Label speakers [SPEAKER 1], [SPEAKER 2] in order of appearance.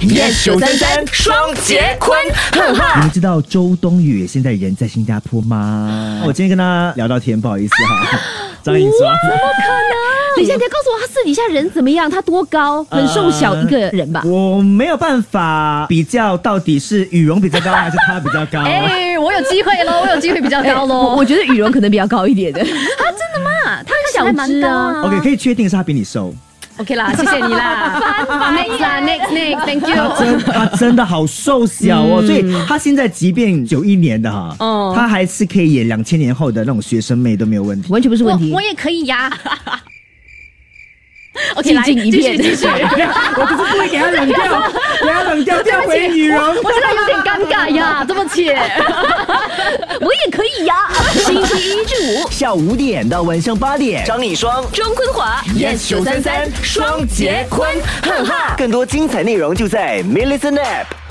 [SPEAKER 1] yes 九三三双节棍，哈
[SPEAKER 2] 你
[SPEAKER 1] 哈。
[SPEAKER 2] 们知道周冬雨现在人在新加坡 吗？我今天跟她聊到天，不好意思哈。 张颖说，
[SPEAKER 3] 等一下，你要告诉我他私底下人怎么样？他多高？很瘦小一个人吧？
[SPEAKER 2] 呃我没有办法比较到底是羽绒比较高还是她比较 高。
[SPEAKER 4] 哎、我有机会喽，我有机会比较高
[SPEAKER 3] 哎我
[SPEAKER 4] 喽。
[SPEAKER 3] 我觉得羽绒可能比较高一点 的，
[SPEAKER 4] 啊他
[SPEAKER 3] 小
[SPEAKER 4] 小蛮
[SPEAKER 3] 只
[SPEAKER 4] 高
[SPEAKER 3] 啊
[SPEAKER 4] 啊。
[SPEAKER 2] OK，可以确定是她比你瘦，
[SPEAKER 4] OK 啦，谢谢你啦。Next 啦，Next Next，Thank
[SPEAKER 2] 她
[SPEAKER 4] you。
[SPEAKER 2] 真她真的好瘦小哦，
[SPEAKER 5] 嗯
[SPEAKER 2] 所以她现在即便九一年的哈，
[SPEAKER 3] 哦
[SPEAKER 2] 她还是可以演两千年后的那种学生妹都没有问题。
[SPEAKER 3] 完全不是问题
[SPEAKER 4] 我我。也可以呀。OK，
[SPEAKER 3] 寂
[SPEAKER 4] 来，
[SPEAKER 3] 静一
[SPEAKER 4] 继续
[SPEAKER 3] 片
[SPEAKER 4] 继续。
[SPEAKER 2] 我就是故意给她冷掉，给她冷掉，调回羽绒。
[SPEAKER 4] 我现在有点尴尬呀，这么浅。
[SPEAKER 3] 我也可以 呀。星期一至 五，
[SPEAKER 5] 下午五点到晚上八点，
[SPEAKER 1] 张颖双
[SPEAKER 3] 钟坤华
[SPEAKER 1] yes 九三三双节棍，哈哈。
[SPEAKER 5] 更多精彩内容就在 m i l l i c e n App。